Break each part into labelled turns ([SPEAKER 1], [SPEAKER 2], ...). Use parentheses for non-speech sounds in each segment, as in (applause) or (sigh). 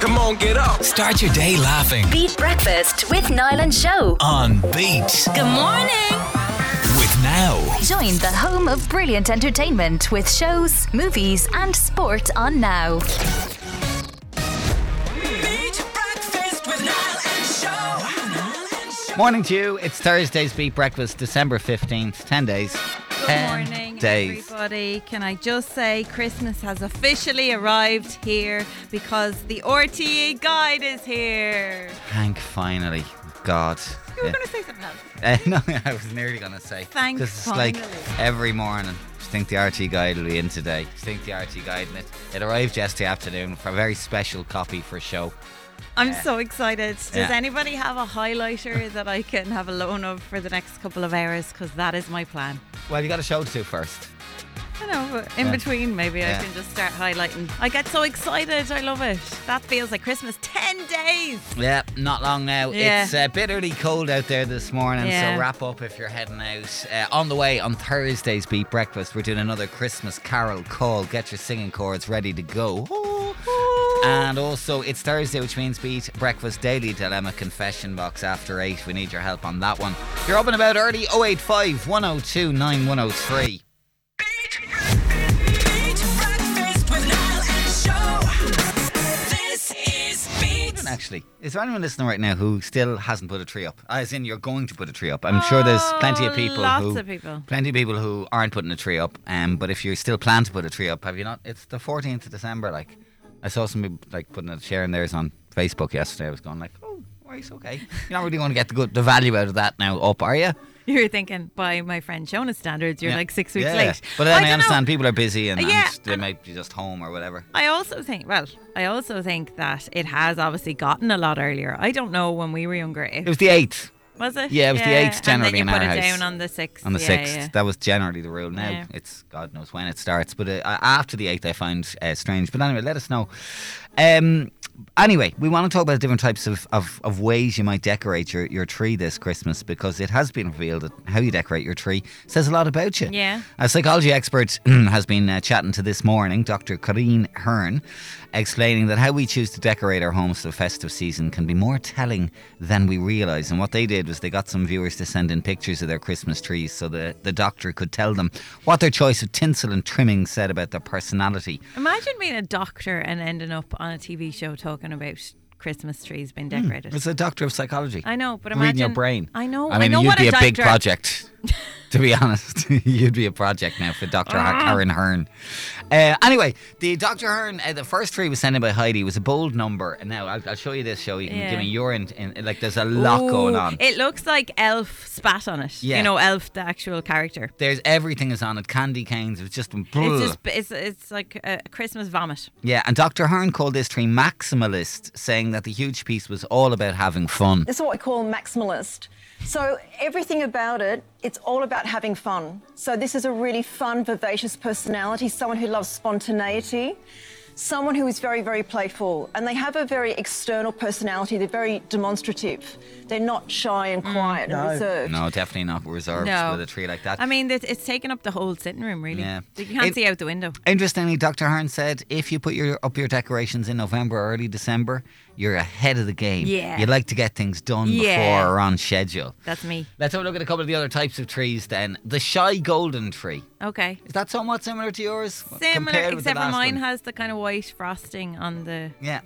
[SPEAKER 1] Come on, get up.
[SPEAKER 2] Start your day laughing
[SPEAKER 3] Beat Breakfast with Niall and Show.
[SPEAKER 2] on Beat
[SPEAKER 3] Good morning.
[SPEAKER 2] with Now.
[SPEAKER 3] Join the home of brilliant entertainment with shows, movies, and sport on Now.
[SPEAKER 4] Morning to you. It's Thursday's Beat Breakfast, December 15th. 10 days.
[SPEAKER 5] Good
[SPEAKER 4] 10
[SPEAKER 5] morning,
[SPEAKER 4] days.
[SPEAKER 5] everybody. Can I just say Christmas has officially arrived here because the RTE guide is here.
[SPEAKER 4] Thank finally.
[SPEAKER 5] (laughs)
[SPEAKER 4] God.
[SPEAKER 5] You were
[SPEAKER 4] Yeah. (laughs)
[SPEAKER 5] going to say something else.
[SPEAKER 4] Uh, no, I was nearly going to say.
[SPEAKER 5] Thank
[SPEAKER 4] Because it's like
[SPEAKER 5] finally.
[SPEAKER 4] every morning. Just think the RT guide will be in today. Just think the RT guide. And it, it arrived yesterday afternoon for a very special copy for show.
[SPEAKER 5] I'm so excited. Does
[SPEAKER 4] Yeah.
[SPEAKER 5] anybody have a highlighter (laughs) that I can have a loan of for the next couple of hours? Because that is my plan.
[SPEAKER 4] Well, you got a show to do first.
[SPEAKER 5] I know, but in
[SPEAKER 4] Yeah.
[SPEAKER 5] between, maybe
[SPEAKER 4] Yeah.
[SPEAKER 5] I can just start highlighting. I get so excited. I love it. That feels like Christmas. 10 days.
[SPEAKER 4] Yeah, not long now.
[SPEAKER 5] Yeah.
[SPEAKER 4] It's uh, bitterly cold out there this morning,
[SPEAKER 5] Yeah.
[SPEAKER 4] so wrap up if you're heading out. Uh, on the way on Thursday's Beat Breakfast, we're doing another Christmas Carol call. Get your singing chords ready to go. And also, it's Thursday, which means Beat Breakfast Daily Dilemma Confession Box after 8. We need your help on that one. If you're up and about early, 085 102 9103. Actually, is there anyone listening right now who still hasn't put a tree up? As in, you're going to put a tree up. I'm sure there's plenty of
[SPEAKER 5] Oh,
[SPEAKER 4] people
[SPEAKER 5] lots
[SPEAKER 4] who,
[SPEAKER 5] of people.
[SPEAKER 4] plenty of people who aren't putting a tree up. Um, but if you still plan to put a tree up, have you not? It's the 14th of December. Like, I saw somebody like putting a sharing theirs on Facebook yesterday. I was going like, oh, right, okay. You're not really going to get the good, the value out of that now, up, are you?
[SPEAKER 5] You were thinking, by my friend Shona's standards, you're
[SPEAKER 4] Yeah.
[SPEAKER 5] like six weeks
[SPEAKER 4] Yeah.
[SPEAKER 5] late.
[SPEAKER 4] But then I,
[SPEAKER 5] don't know.
[SPEAKER 4] understand people are busy and, and
[SPEAKER 5] Yeah,
[SPEAKER 4] they
[SPEAKER 5] and-
[SPEAKER 4] might be just home or whatever.
[SPEAKER 5] I also think, well, I also think that it has obviously gotten a lot earlier. I don't know when we were younger.
[SPEAKER 4] It
[SPEAKER 5] If,
[SPEAKER 4] was the 8th.
[SPEAKER 5] was it?
[SPEAKER 4] yeah, it was the eighth generally
[SPEAKER 5] and then you
[SPEAKER 4] in
[SPEAKER 5] put
[SPEAKER 4] our
[SPEAKER 5] it
[SPEAKER 4] house.
[SPEAKER 5] down on the sixth.
[SPEAKER 4] on the
[SPEAKER 5] yeah,
[SPEAKER 4] sixth.
[SPEAKER 5] yeah.
[SPEAKER 4] That was generally the rule. Now
[SPEAKER 5] Yeah.
[SPEAKER 4] it's God knows when it starts, but uh, after the eighth, I find uh, strange. But anyway, let us know. Um, anyway, we want to talk about different types of, of, of ways you might decorate your, your tree this Christmas because it has been revealed that how you decorate your tree says a lot about you.
[SPEAKER 5] Yeah.
[SPEAKER 4] A psychology expert (clears throat) has been uh, chatting to this morning, Dr. Corinne Hearn, explaining that how we choose to decorate our homes for the festive season can be more telling than we realise. And what they did was they got some viewers to send in pictures of their Christmas trees so the, the doctor could tell them what their choice of tinsel and trimming said about their personality.
[SPEAKER 5] Imagine being a doctor and ending up on a TV show talking about Christmas trees being decorated.
[SPEAKER 4] Hmm, It's a doctor of psychology.
[SPEAKER 5] I know, but
[SPEAKER 4] Reading your
[SPEAKER 5] imagine-
[SPEAKER 4] brain.
[SPEAKER 5] I know,
[SPEAKER 4] I mean,
[SPEAKER 5] I know
[SPEAKER 4] you'd
[SPEAKER 5] what
[SPEAKER 4] be
[SPEAKER 5] a
[SPEAKER 4] a, big
[SPEAKER 5] doctor-
[SPEAKER 4] project. to be (laughs) honest, you'd be a project now for Dr.
[SPEAKER 5] Ah.
[SPEAKER 4] Karen Hearn. Uh, anyway, the Dr. Hearn, uh, the first tree was sent in by Heidi was a bold number. And now I'll, I'll show you this show. You can give
[SPEAKER 5] Yeah.
[SPEAKER 4] me your in, in, like. There's a lot
[SPEAKER 5] Ooh,
[SPEAKER 4] going on.
[SPEAKER 5] It looks like Elf spat on it.
[SPEAKER 4] Yeah.
[SPEAKER 5] You know, Elf, the actual character.
[SPEAKER 4] there's everything is on it. Candy canes. It's just.
[SPEAKER 5] It's just, it's, it's like a Christmas vomit.
[SPEAKER 4] yeah, and Dr. Hearn called this tree maximalist, saying that the huge piece was all about having fun.
[SPEAKER 6] This is what we call maximalist. So everything about it, it's all about having fun. So this is a really fun, vivacious personality, someone who loves spontaneity, someone who is very, very playful. And they have a very external personality. They're very demonstrative. They're not shy and quiet and reserved.
[SPEAKER 4] No, definitely not reserved
[SPEAKER 5] No.
[SPEAKER 4] with a tree like that.
[SPEAKER 5] I mean, it's, it's taken up the whole sitting room, really.
[SPEAKER 4] Yeah.
[SPEAKER 5] You can't
[SPEAKER 4] It-
[SPEAKER 5] see out the window.
[SPEAKER 4] Interestingly, Dr. Hearn said if you put your up your decorations in November or early December, you're ahead of the game.
[SPEAKER 5] Yeah.
[SPEAKER 4] You like to get things done
[SPEAKER 5] Yeah.
[SPEAKER 4] before or on schedule.
[SPEAKER 5] That's me.
[SPEAKER 4] Let's have a look at a couple of the other types of trees then. The shy golden tree.
[SPEAKER 5] Okay.
[SPEAKER 4] Is that somewhat similar to yours?
[SPEAKER 5] Similar,
[SPEAKER 4] Compared with the
[SPEAKER 5] except for
[SPEAKER 4] last
[SPEAKER 5] mine
[SPEAKER 4] one?
[SPEAKER 5] has the kind of white frosting on the
[SPEAKER 4] Yeah.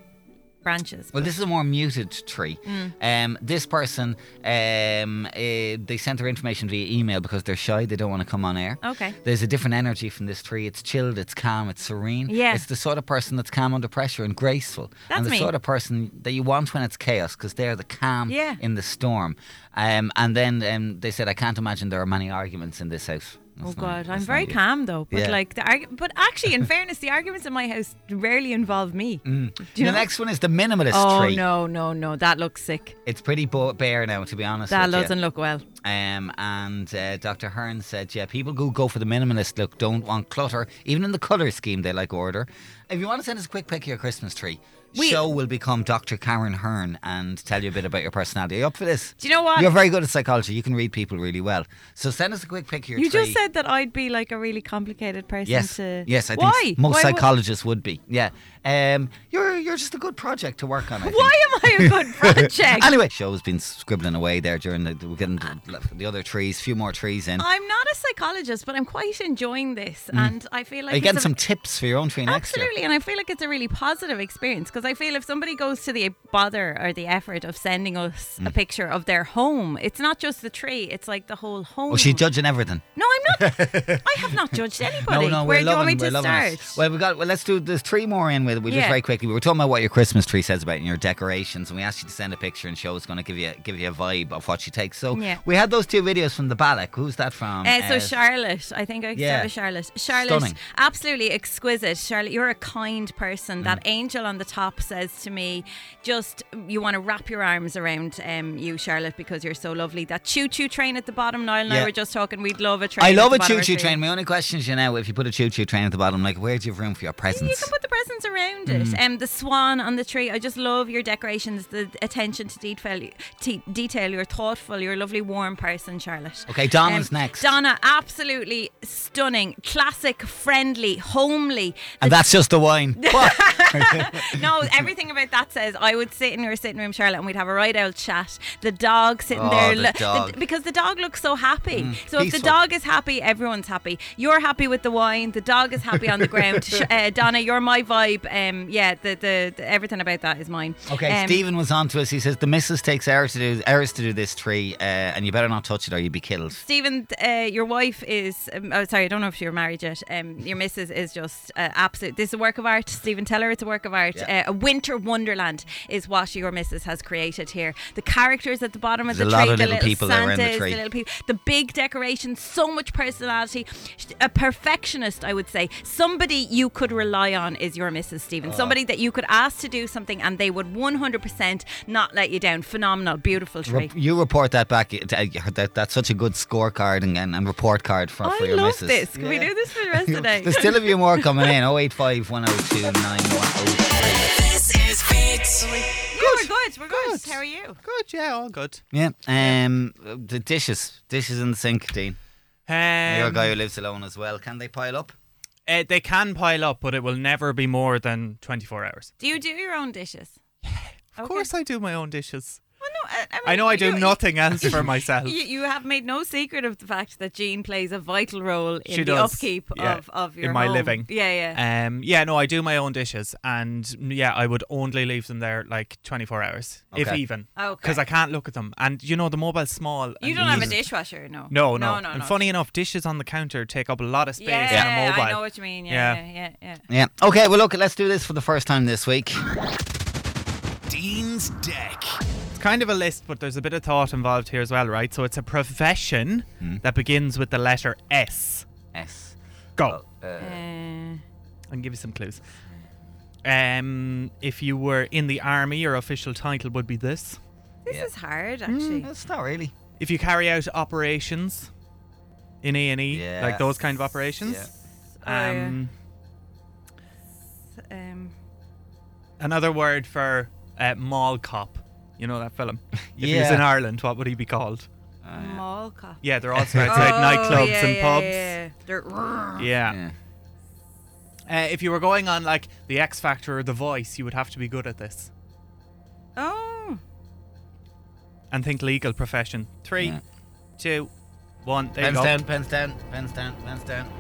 [SPEAKER 5] branches.
[SPEAKER 4] Well, this is a more muted tree.
[SPEAKER 5] Mm.
[SPEAKER 4] Um, this person, um, uh, they sent their information via email because they're shy. They don't want to come on air.
[SPEAKER 5] Okay.
[SPEAKER 4] There's a different energy from this tree. It's chilled. It's calm. It's serene.
[SPEAKER 5] Yeah.
[SPEAKER 4] It's the sort of person that's calm under pressure and graceful.
[SPEAKER 5] That's
[SPEAKER 4] and the
[SPEAKER 5] me.
[SPEAKER 4] sort of person that you want when it's chaos because they're the calm
[SPEAKER 5] Yeah.
[SPEAKER 4] in the storm. Um, and then um, they said, I can't imagine there are many arguments in this house.
[SPEAKER 5] Oh
[SPEAKER 4] That's not-
[SPEAKER 5] God, I'm
[SPEAKER 4] that's
[SPEAKER 5] very
[SPEAKER 4] not you.
[SPEAKER 5] calm though. But
[SPEAKER 4] Yeah.
[SPEAKER 5] like the argu- but actually, in fairness, the arguments in my house rarely involve me. Do you
[SPEAKER 4] Mm. the
[SPEAKER 5] know?
[SPEAKER 4] next one is the minimalist
[SPEAKER 5] oh
[SPEAKER 4] tree.
[SPEAKER 5] no, no, no, that looks sick.
[SPEAKER 4] It's pretty bo- bare now, to be honest.
[SPEAKER 5] That
[SPEAKER 4] with you.
[SPEAKER 5] doesn't look well.
[SPEAKER 4] Um, and uh, Dr. Hearn said, yeah, people who go for the minimalist look don't want clutter. Even in the colour scheme, they like order. If you want to send us a quick pic of your Christmas tree,
[SPEAKER 5] We-
[SPEAKER 4] show will become Dr. Karen Hearn and tell you a bit about your personality. Are you up for this?
[SPEAKER 5] Do you know what?
[SPEAKER 4] You're very good at psychology. You can read people really well. So send us a quick pic of your
[SPEAKER 5] You
[SPEAKER 4] tree.
[SPEAKER 5] just said that I'd be like a really complicated person
[SPEAKER 4] Yes,
[SPEAKER 5] to.
[SPEAKER 4] yes, I think
[SPEAKER 5] Why?
[SPEAKER 4] s- most
[SPEAKER 5] Why would-
[SPEAKER 4] psychologists would be. Yeah, um, you're you're just a good project to work on. I think.
[SPEAKER 5] (laughs) Why am I
[SPEAKER 4] (laughs)
[SPEAKER 5] a good project?
[SPEAKER 4] Anyway, show's been scribbling away there during the we're getting the, the other trees, few more trees in. Are
[SPEAKER 5] I'm not a psychologist, but I'm quite enjoying this, and I feel like
[SPEAKER 4] Mm. you
[SPEAKER 5] it's
[SPEAKER 4] getting
[SPEAKER 5] a-
[SPEAKER 4] some tips for your own tree next year?
[SPEAKER 5] Absolutely, and I feel like it's a really positive experience because I feel if somebody goes to the bother or the effort of sending us
[SPEAKER 4] Mm.
[SPEAKER 5] a picture of their home, it's not just the tree; it's like the whole home.
[SPEAKER 4] Oh, she's judging everything.
[SPEAKER 5] No, I'm not.
[SPEAKER 4] (laughs)
[SPEAKER 5] I have not judged anybody.
[SPEAKER 4] No, no,
[SPEAKER 5] Where
[SPEAKER 4] we're
[SPEAKER 5] do
[SPEAKER 4] loving,
[SPEAKER 5] you want me
[SPEAKER 4] we're
[SPEAKER 5] to
[SPEAKER 4] loving
[SPEAKER 5] start?
[SPEAKER 4] it. Well, we got. Well, let's do. There's three more in with. We just
[SPEAKER 5] Yeah.
[SPEAKER 4] very quickly. We were talking about what your Christmas tree says about your decorations, and we asked you to send a picture, and show is going to give you give you a vibe of what she takes. So
[SPEAKER 5] Yeah.
[SPEAKER 4] we had those two videos from the Balak. Who's that from?
[SPEAKER 5] Uh, so
[SPEAKER 4] Uh,
[SPEAKER 5] Charlotte, I think I could
[SPEAKER 4] yeah.
[SPEAKER 5] start with Charlotte. Charlotte,
[SPEAKER 4] Stunning.
[SPEAKER 5] absolutely exquisite. Charlotte, you're a kind person. That
[SPEAKER 4] Mm.
[SPEAKER 5] angel on the top says to me, just you want to wrap your arms around um, you, Charlotte, because you're so lovely. That choo-choo train at the bottom. Niall and
[SPEAKER 4] Yeah.
[SPEAKER 5] I were just talking. We'd love a train.
[SPEAKER 4] I
[SPEAKER 5] at
[SPEAKER 4] love
[SPEAKER 5] the
[SPEAKER 4] a
[SPEAKER 5] bottom
[SPEAKER 4] choo
[SPEAKER 5] of
[SPEAKER 4] choo
[SPEAKER 5] our
[SPEAKER 4] train. My only question is, you know, if you put a choo choo train at the bottom, like, where do you have room for your presents? Mm.
[SPEAKER 5] You can put the presents around it. Um, the swan on the tree. I just love your decorations, the attention to detail. T- detail. You're thoughtful. You're a lovely, warm person, Charlotte. Um,
[SPEAKER 4] Okay, Donna's next.
[SPEAKER 5] Donna, absolutely stunning, classic, friendly, homely.
[SPEAKER 4] and that's just
[SPEAKER 5] (laughs)
[SPEAKER 4] the wine. What?
[SPEAKER 5] No, everything about that says I would sit in your sitting room, Charlotte, and we'd have a right old chat. The dog sitting
[SPEAKER 4] Oh,
[SPEAKER 5] there,
[SPEAKER 4] the
[SPEAKER 5] lo-
[SPEAKER 4] dog. Mm-hmm.
[SPEAKER 5] because the dog looks so happy. so if the
[SPEAKER 4] peaceful.
[SPEAKER 5] dog is happy, everyone's happy. You're happy with the wine. The dog is happy on the
[SPEAKER 4] (laughs)
[SPEAKER 5] ground. Sh- uh, Donna, you're my vibe. Um, yeah, the, the, the everything about that is mine.
[SPEAKER 4] Okay,
[SPEAKER 5] Um,
[SPEAKER 4] Stephen was on to us. He says the missus takes hours to do hours to do this tree, uh, and you better not touch it or you'd be killed.
[SPEAKER 5] Stephen, uh, your wife is. Um, oh, sorry, I don't know if you're married yet. Um, your missus is just uh, absolute. This is a work of art. Stephen, tell her it's a work of art.
[SPEAKER 4] Yeah.
[SPEAKER 5] Uh, a winter wonderland is what your missus has created here. The characters at the bottom of
[SPEAKER 4] There's
[SPEAKER 5] the
[SPEAKER 4] a lot
[SPEAKER 5] tree,
[SPEAKER 4] of
[SPEAKER 5] the
[SPEAKER 4] little people that
[SPEAKER 5] Santas,
[SPEAKER 4] were in the tree.
[SPEAKER 5] the little people, the big decorations, so much personality. A perfectionist, I would say. Somebody you could rely on is your missus,
[SPEAKER 4] Oh.
[SPEAKER 5] Stephen. Somebody that you could ask to do something and they would 100% not let you down. Phenomenal, beautiful tree.
[SPEAKER 4] Re- you report that back. It- uh, That, that's such a good scorecard and, and, and report card for,
[SPEAKER 5] I
[SPEAKER 4] for your
[SPEAKER 5] love
[SPEAKER 4] missus.
[SPEAKER 5] this. Can we do this (laughs) for the rest of the day?
[SPEAKER 4] There's still a few more coming in. 085 102 9103.
[SPEAKER 1] This is Fit.
[SPEAKER 5] Yeah, we're good. We're good. How are you?
[SPEAKER 7] Good, yeah, all good.
[SPEAKER 4] Yeah. Um, the dishes. Dishes in the sink, Dean.
[SPEAKER 7] Um,
[SPEAKER 4] You're a guy who lives alone as well. Can they pile up?
[SPEAKER 7] uh, they can pile up, but it will never be more than 24 hours.
[SPEAKER 5] Do you do your own dishes?
[SPEAKER 7] Of course, I do my own dishes.
[SPEAKER 5] Well, no, I, I, mean,
[SPEAKER 7] I know I do
[SPEAKER 5] Ah, you-
[SPEAKER 7] nothing
[SPEAKER 5] (laughs)
[SPEAKER 7] else for myself.
[SPEAKER 5] You, you have made no secret of the fact that Jean plays a vital role in
[SPEAKER 7] She
[SPEAKER 5] the
[SPEAKER 7] does,
[SPEAKER 5] upkeep
[SPEAKER 7] yeah,
[SPEAKER 5] of, of
[SPEAKER 7] in
[SPEAKER 5] your
[SPEAKER 7] my
[SPEAKER 5] home.
[SPEAKER 7] living.
[SPEAKER 5] Yeah, yeah.
[SPEAKER 7] Um, yeah, no, I do my own dishes, and yeah, I would only leave them there like 24 hours, if
[SPEAKER 4] Okay.
[SPEAKER 7] even,
[SPEAKER 5] Okay.
[SPEAKER 7] because I can't look at them. And you know, the mobile's small.
[SPEAKER 5] you
[SPEAKER 7] and
[SPEAKER 5] don't have a
[SPEAKER 7] easy.
[SPEAKER 5] dishwasher, no?
[SPEAKER 7] Mm. No,
[SPEAKER 5] no,
[SPEAKER 7] no.
[SPEAKER 5] no.
[SPEAKER 7] and
[SPEAKER 5] no.
[SPEAKER 7] funny enough, dishes on the counter take up a lot of space
[SPEAKER 5] yeah,
[SPEAKER 7] on a mobile.
[SPEAKER 5] I know what you mean. Yeah, yeah, yeah. yeah,
[SPEAKER 4] Yeah. Okay, well, look, let's do this for the first time this week.
[SPEAKER 2] Dean's Deck.
[SPEAKER 7] It's kind of a list, but there's a bit of thought involved here as well, right? So it's a profession
[SPEAKER 4] Hmm.
[SPEAKER 7] that begins with the letter S.
[SPEAKER 4] S.
[SPEAKER 7] Go.
[SPEAKER 5] Uh,
[SPEAKER 7] I can give you some clues. Um, if you were in the army, your official title would be this.
[SPEAKER 5] this
[SPEAKER 4] Yeah. Mm,
[SPEAKER 5] is hard, actually.
[SPEAKER 4] It's not really.
[SPEAKER 7] If you carry out operations in A and E,
[SPEAKER 4] Yeah.
[SPEAKER 7] like those kind of operations.
[SPEAKER 4] Yeah.
[SPEAKER 7] Um,
[SPEAKER 5] Oh, yeah. um,
[SPEAKER 7] another word for uh, mall cop. You know that film. If he was
[SPEAKER 4] Yeah.
[SPEAKER 7] in Ireland, what would he be called?
[SPEAKER 5] mall cop.
[SPEAKER 4] (laughs)
[SPEAKER 7] Yeah, they're also outside nightclubs
[SPEAKER 5] Oh, yeah,
[SPEAKER 7] and
[SPEAKER 5] yeah,
[SPEAKER 7] pubs.
[SPEAKER 5] Yeah, They're-
[SPEAKER 7] Yeah.
[SPEAKER 4] Yeah.
[SPEAKER 7] Uh, if you were going on like the X Factor or the Voice, you would have to be good at this. (laughs)
[SPEAKER 5] Oh,
[SPEAKER 7] And think legal profession. Three,
[SPEAKER 4] Yeah.
[SPEAKER 7] two, one. There you
[SPEAKER 4] Pens
[SPEAKER 7] go.
[SPEAKER 4] down, pens down, pens down, pens down.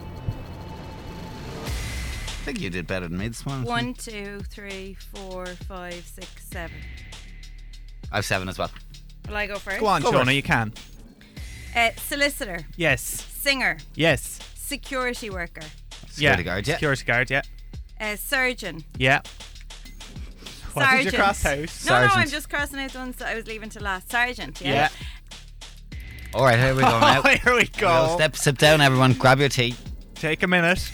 [SPEAKER 4] I think you did better than me this morning.
[SPEAKER 5] one, two, three, four, five, six, seven.
[SPEAKER 4] I have seven as well.
[SPEAKER 5] Will I go first?
[SPEAKER 7] Go on,
[SPEAKER 4] Go on.
[SPEAKER 7] Shona, you can.
[SPEAKER 5] Uh, solicitor,
[SPEAKER 7] Yes.
[SPEAKER 5] singer,
[SPEAKER 7] Yes.
[SPEAKER 5] security worker,
[SPEAKER 4] Security
[SPEAKER 7] yeah.
[SPEAKER 4] guard, yeah.
[SPEAKER 7] Security guard, yeah.
[SPEAKER 5] uh, surgeon.
[SPEAKER 7] Yeah. What did
[SPEAKER 5] Sergeant.
[SPEAKER 7] you cross out?
[SPEAKER 5] No, no, I'm
[SPEAKER 4] Sergeant.
[SPEAKER 5] just crossing out the ones that I was leaving to last. Sergeant,
[SPEAKER 7] Yeah.
[SPEAKER 5] yeah.
[SPEAKER 4] All right, here we go now.
[SPEAKER 7] (laughs) Oh, here we
[SPEAKER 4] Go,
[SPEAKER 7] go.
[SPEAKER 4] Step, step down, everyone. Grab your tea.
[SPEAKER 7] Take a minute.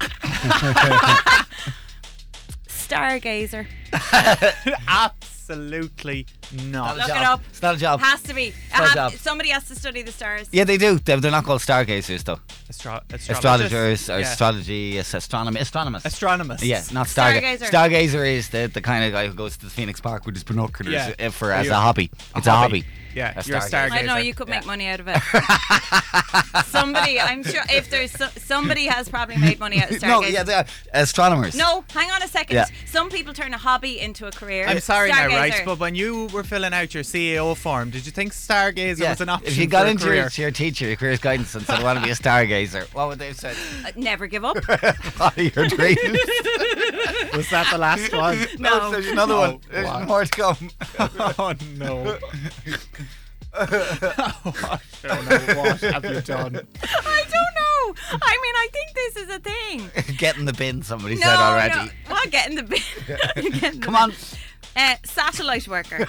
[SPEAKER 7] (laughs)
[SPEAKER 5] Stargazer.
[SPEAKER 7] Absolutely not.
[SPEAKER 5] Look
[SPEAKER 4] Job.
[SPEAKER 5] it up.
[SPEAKER 4] It's not a
[SPEAKER 7] Oh.
[SPEAKER 4] job.
[SPEAKER 5] Has to be. I
[SPEAKER 4] Good
[SPEAKER 5] have-
[SPEAKER 4] job.
[SPEAKER 5] somebody has to study the stars.
[SPEAKER 4] yeah, they do. They're, they're not called stargazers, though.
[SPEAKER 7] Astro-
[SPEAKER 4] Astrologers,
[SPEAKER 7] astrologists.
[SPEAKER 4] or
[SPEAKER 7] Yeah.
[SPEAKER 4] astrology, yes, astronomy, astronomers.
[SPEAKER 7] Astronomers.
[SPEAKER 4] yeah, not stargazer.
[SPEAKER 5] Stargazer.
[SPEAKER 4] Stargazer is the, the kind of guy who goes to the Phoenix Park with his binoculars
[SPEAKER 7] Yeah.
[SPEAKER 4] uh, for
[SPEAKER 7] Or
[SPEAKER 4] as
[SPEAKER 7] you're-
[SPEAKER 4] a hobby.
[SPEAKER 7] a
[SPEAKER 4] it's a hobby.
[SPEAKER 7] hobby. Yeah,
[SPEAKER 4] A
[SPEAKER 7] you're a
[SPEAKER 4] stargazer.
[SPEAKER 5] I don't know.
[SPEAKER 7] Stargazer.
[SPEAKER 5] You could make money out of it.
[SPEAKER 7] (laughs)
[SPEAKER 5] somebody, I'm sure. If
[SPEAKER 7] (laughs)
[SPEAKER 5] there's so, somebody has probably made money out of Stargazer.
[SPEAKER 4] No, yeah, they are astronomers.
[SPEAKER 5] No, hang on a second.
[SPEAKER 4] Yeah.
[SPEAKER 5] Some people turn a hobby into a career.
[SPEAKER 7] I'm sorry now, right?
[SPEAKER 5] Stargazer.
[SPEAKER 7] But when you were filling out your CEO form, did you think stargazer was an option?
[SPEAKER 4] if you got
[SPEAKER 7] for a
[SPEAKER 4] into
[SPEAKER 7] career?
[SPEAKER 4] your, your teacher, your career's guidance, and said, I want to be a stargazer, what would they have said? (laughs)
[SPEAKER 5] Uh, never give up. (laughs)
[SPEAKER 4] Follow your dreams.
[SPEAKER 7] was that the (laughs) last one?
[SPEAKER 5] (laughs) No.
[SPEAKER 4] There's another
[SPEAKER 7] Oh, (laughs)
[SPEAKER 4] one. There's
[SPEAKER 7] wow.
[SPEAKER 4] more to come.
[SPEAKER 7] oh (laughs) no. I don't know what have you done.
[SPEAKER 5] I don't know. I mean, I think this is a thing.
[SPEAKER 4] (laughs) Get in the bin, somebody
[SPEAKER 5] No,
[SPEAKER 4] said already.
[SPEAKER 5] no. Well, get in the
[SPEAKER 4] (laughs)
[SPEAKER 5] bin. (laughs) Get in the bin.
[SPEAKER 4] Come on.
[SPEAKER 5] Uh, satellite
[SPEAKER 4] (laughs)
[SPEAKER 5] worker.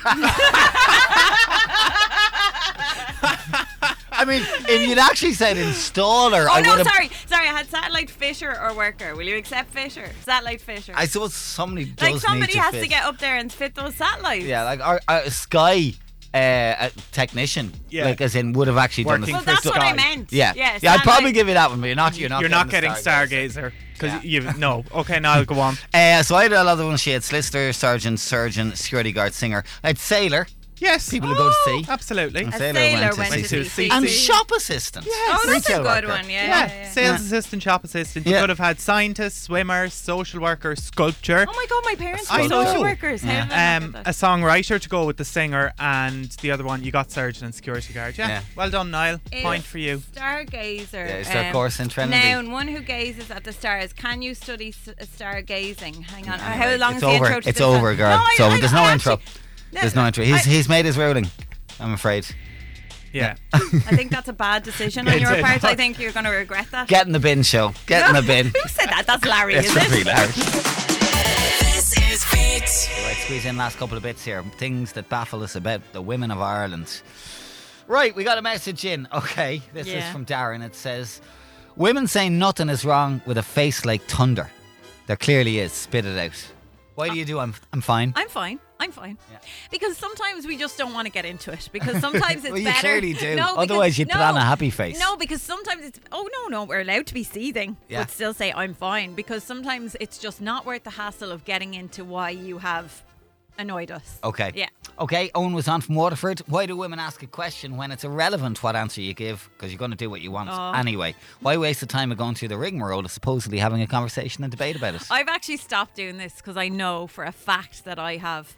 [SPEAKER 4] I
[SPEAKER 5] (laughs)
[SPEAKER 4] mean, if you'd actually said installer,
[SPEAKER 5] Oh
[SPEAKER 4] I would
[SPEAKER 5] no,
[SPEAKER 4] have.
[SPEAKER 5] sorry, sorry. I had satellite fisher or worker. Will you accept fisher? Satellite fisher.
[SPEAKER 4] I suppose somebody does
[SPEAKER 5] like somebody
[SPEAKER 4] need to
[SPEAKER 5] has
[SPEAKER 4] fit.
[SPEAKER 5] to get up there and fit those satellites.
[SPEAKER 4] Yeah, like our, our sky uh, uh, technician,
[SPEAKER 7] Yeah.
[SPEAKER 4] like as in would have actually
[SPEAKER 7] Working
[SPEAKER 4] done
[SPEAKER 5] Well,
[SPEAKER 4] this.
[SPEAKER 7] for
[SPEAKER 5] that's what I
[SPEAKER 7] Sky.
[SPEAKER 5] meant.
[SPEAKER 4] Yeah,
[SPEAKER 5] Yes.
[SPEAKER 4] yeah. I'd probably give you that one, but you're not. You're not.
[SPEAKER 7] You're not getting Stargazer because you no. Okay, now I'll go on.
[SPEAKER 4] Uh, so I had a lot of ones. She had solicitor, sergeant, surgeon, security guard, singer. I had sailor.
[SPEAKER 7] (laughs) Yes,
[SPEAKER 4] People who go to sea.
[SPEAKER 7] Absolutely.
[SPEAKER 5] A
[SPEAKER 4] Sailor
[SPEAKER 5] sailor,
[SPEAKER 4] went
[SPEAKER 5] went,
[SPEAKER 4] to
[SPEAKER 5] to sea.
[SPEAKER 7] sea.
[SPEAKER 4] and
[SPEAKER 7] see.
[SPEAKER 4] shop assistant.
[SPEAKER 5] Oh, that's a
[SPEAKER 4] Retail
[SPEAKER 5] good
[SPEAKER 4] worker.
[SPEAKER 5] one. Yeah.
[SPEAKER 7] Yeah,
[SPEAKER 5] yeah, yeah.
[SPEAKER 7] sales assistant, shop assistant. You
[SPEAKER 4] Yeah.
[SPEAKER 7] could have had scientist, swimmer, social worker, sculptor,
[SPEAKER 5] Oh my god, my parents
[SPEAKER 7] I
[SPEAKER 5] were social
[SPEAKER 7] know.
[SPEAKER 5] workers. How (laughs)
[SPEAKER 4] Yeah.
[SPEAKER 5] did I not
[SPEAKER 7] um,
[SPEAKER 5] get
[SPEAKER 7] a
[SPEAKER 5] that?
[SPEAKER 7] songwriter to go with the singer, and the other one you got surgeon and security guard. Yeah,
[SPEAKER 4] Yeah.
[SPEAKER 7] well done, Niall.
[SPEAKER 5] Ew.
[SPEAKER 7] Point for you.
[SPEAKER 5] Stargazer.
[SPEAKER 4] Yeah, it's their course in Trinity.
[SPEAKER 5] Noun, one who gazes at the stars. Can you study s- uh, stargazing? Hang on. How
[SPEAKER 4] Anyway,
[SPEAKER 5] long
[SPEAKER 4] it's
[SPEAKER 5] is the
[SPEAKER 4] over.
[SPEAKER 5] intro to
[SPEAKER 4] It's
[SPEAKER 5] this
[SPEAKER 4] over,
[SPEAKER 5] one?
[SPEAKER 4] girl.
[SPEAKER 5] No, I-
[SPEAKER 4] so
[SPEAKER 5] I-
[SPEAKER 4] there's no
[SPEAKER 5] I
[SPEAKER 4] intro.
[SPEAKER 5] actually- no,
[SPEAKER 4] there's no intro. He's
[SPEAKER 5] I-
[SPEAKER 4] he's made his ruling. I'm afraid.
[SPEAKER 7] Yeah.
[SPEAKER 5] I think that's a bad
[SPEAKER 4] (laughs)
[SPEAKER 5] decision on
[SPEAKER 7] It's
[SPEAKER 5] your
[SPEAKER 7] a-
[SPEAKER 5] part. I think you're going to regret that.
[SPEAKER 4] Get in the bin, show. Get
[SPEAKER 5] (laughs)
[SPEAKER 4] in the bin.
[SPEAKER 5] Who said that? That's Larry,
[SPEAKER 4] It's
[SPEAKER 5] is
[SPEAKER 4] pretty
[SPEAKER 5] it?
[SPEAKER 4] loud.
[SPEAKER 1] This is Beat.
[SPEAKER 4] Right, squeeze in last couple of bits here. Things that baffle us about the women of Ireland. Right, we got a message in. Okay, this is
[SPEAKER 5] Yeah.
[SPEAKER 4] from Darren. It says, "Women say nothing is wrong with a face like thunder. There clearly is. Spit it out. Why do you do? I'm I'm fine.
[SPEAKER 5] I'm fine. I'm fine. Because sometimes we just don't want to get into it. Because sometimes it's
[SPEAKER 4] (laughs) Well, you
[SPEAKER 5] better.
[SPEAKER 4] clearly do.
[SPEAKER 5] No, because-
[SPEAKER 4] Otherwise you'd put
[SPEAKER 5] no.
[SPEAKER 4] on a happy face.
[SPEAKER 5] No, because sometimes it's. Oh no, no, we're allowed to be seething,
[SPEAKER 4] Yeah.
[SPEAKER 5] but still say I'm fine. Because sometimes it's just not worth the hassle of getting into why you have annoyed us.
[SPEAKER 4] Okay.
[SPEAKER 5] Yeah.
[SPEAKER 4] Okay, Owen was on from Waterford. Why do women ask a question when it's irrelevant what answer you give? Because you're going to do what you want
[SPEAKER 5] Oh.
[SPEAKER 4] anyway. Why waste the time of going through the rigmarole of supposedly having a conversation and debate about it?
[SPEAKER 5] I've actually stopped doing this because I know for a fact that I have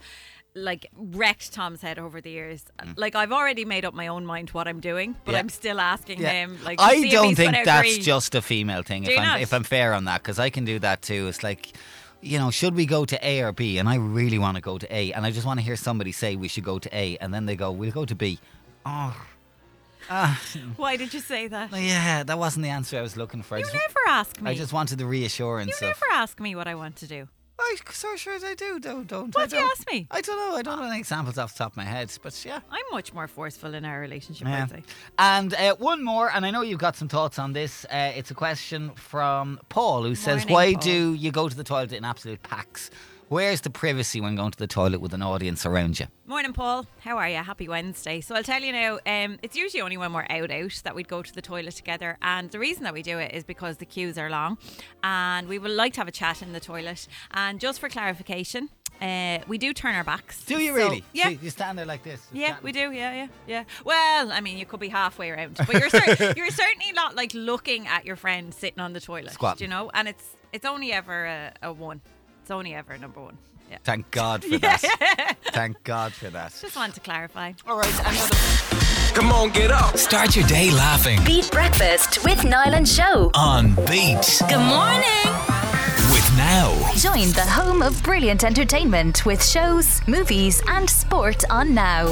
[SPEAKER 5] like wrecked Tom's head over the years. Like I've already made up my own mind what I'm doing, but
[SPEAKER 4] Mm. Yeah.
[SPEAKER 5] I'm still asking
[SPEAKER 4] Yeah.
[SPEAKER 5] him. Um, Like, to see
[SPEAKER 4] I
[SPEAKER 5] if
[SPEAKER 4] don't
[SPEAKER 5] he's
[SPEAKER 4] think
[SPEAKER 5] gonna
[SPEAKER 4] that's
[SPEAKER 5] agree.
[SPEAKER 4] just a female thing.
[SPEAKER 5] Do
[SPEAKER 4] if
[SPEAKER 5] you
[SPEAKER 4] I'm
[SPEAKER 5] not?
[SPEAKER 4] if I'm fair on that, because I can do that too. It's like, you know, should we go to A or B? And I really want to go to A, and I just want to hear somebody say we should go to A, and then they go, we'll go to B. Oh,
[SPEAKER 5] Why did you say that?
[SPEAKER 4] yeah, that wasn't the answer I was looking for. I,
[SPEAKER 5] you
[SPEAKER 4] just,
[SPEAKER 5] never ask me.
[SPEAKER 4] I just wanted the
[SPEAKER 5] you
[SPEAKER 4] reassurance of.
[SPEAKER 5] never ask me what I want to do.
[SPEAKER 4] I so sure as I do. Don't don't. I
[SPEAKER 5] Why'd you
[SPEAKER 4] don't-
[SPEAKER 5] ask me?
[SPEAKER 4] I don't know. I don't have any examples off the top of my head, but yeah.
[SPEAKER 5] I'm much more forceful in our relationship.
[SPEAKER 4] Yeah.
[SPEAKER 5] I'd say.
[SPEAKER 4] And uh, one more, and I know you've got some thoughts on this. Uh, it's a question from Paul who says,
[SPEAKER 5] Morning,
[SPEAKER 4] "Why
[SPEAKER 5] Paul.
[SPEAKER 4] do you go to the toilet in absolute packs? Where's the privacy when going to the toilet with an audience around you?"
[SPEAKER 5] Morning, Paul. How are you? Happy Wednesday. So I'll tell you now. Um, it's usually only when we're out out that we'd go to the toilet together, and the reason that we do it is because the queues are long, and we would like to have a chat in the toilet. And just for clarification, uh, we do turn our backs.
[SPEAKER 4] Do you
[SPEAKER 5] So-
[SPEAKER 4] really?
[SPEAKER 5] Yeah.
[SPEAKER 4] So you stand there like this.
[SPEAKER 5] Yeah, we do. Yeah, yeah, yeah. Well, I mean, you could be halfway around, but you're cer- (laughs) you're certainly not like looking at your friend sitting on the toilet.
[SPEAKER 4] Squatting.
[SPEAKER 5] You know, and it's it's only ever a, a one. It's only ever number one. (laughs) Yeah.
[SPEAKER 4] Thank God for that. Thank God for that.
[SPEAKER 5] Just wanted to clarify.
[SPEAKER 4] All right. Another-
[SPEAKER 2] Come on, get up. Start your day laughing
[SPEAKER 3] Beat Breakfast with Niall and Show.
[SPEAKER 2] on Beat
[SPEAKER 5] Good morning.
[SPEAKER 2] with Now.
[SPEAKER 3] Join the home of brilliant entertainment with shows, movies, and sport on now.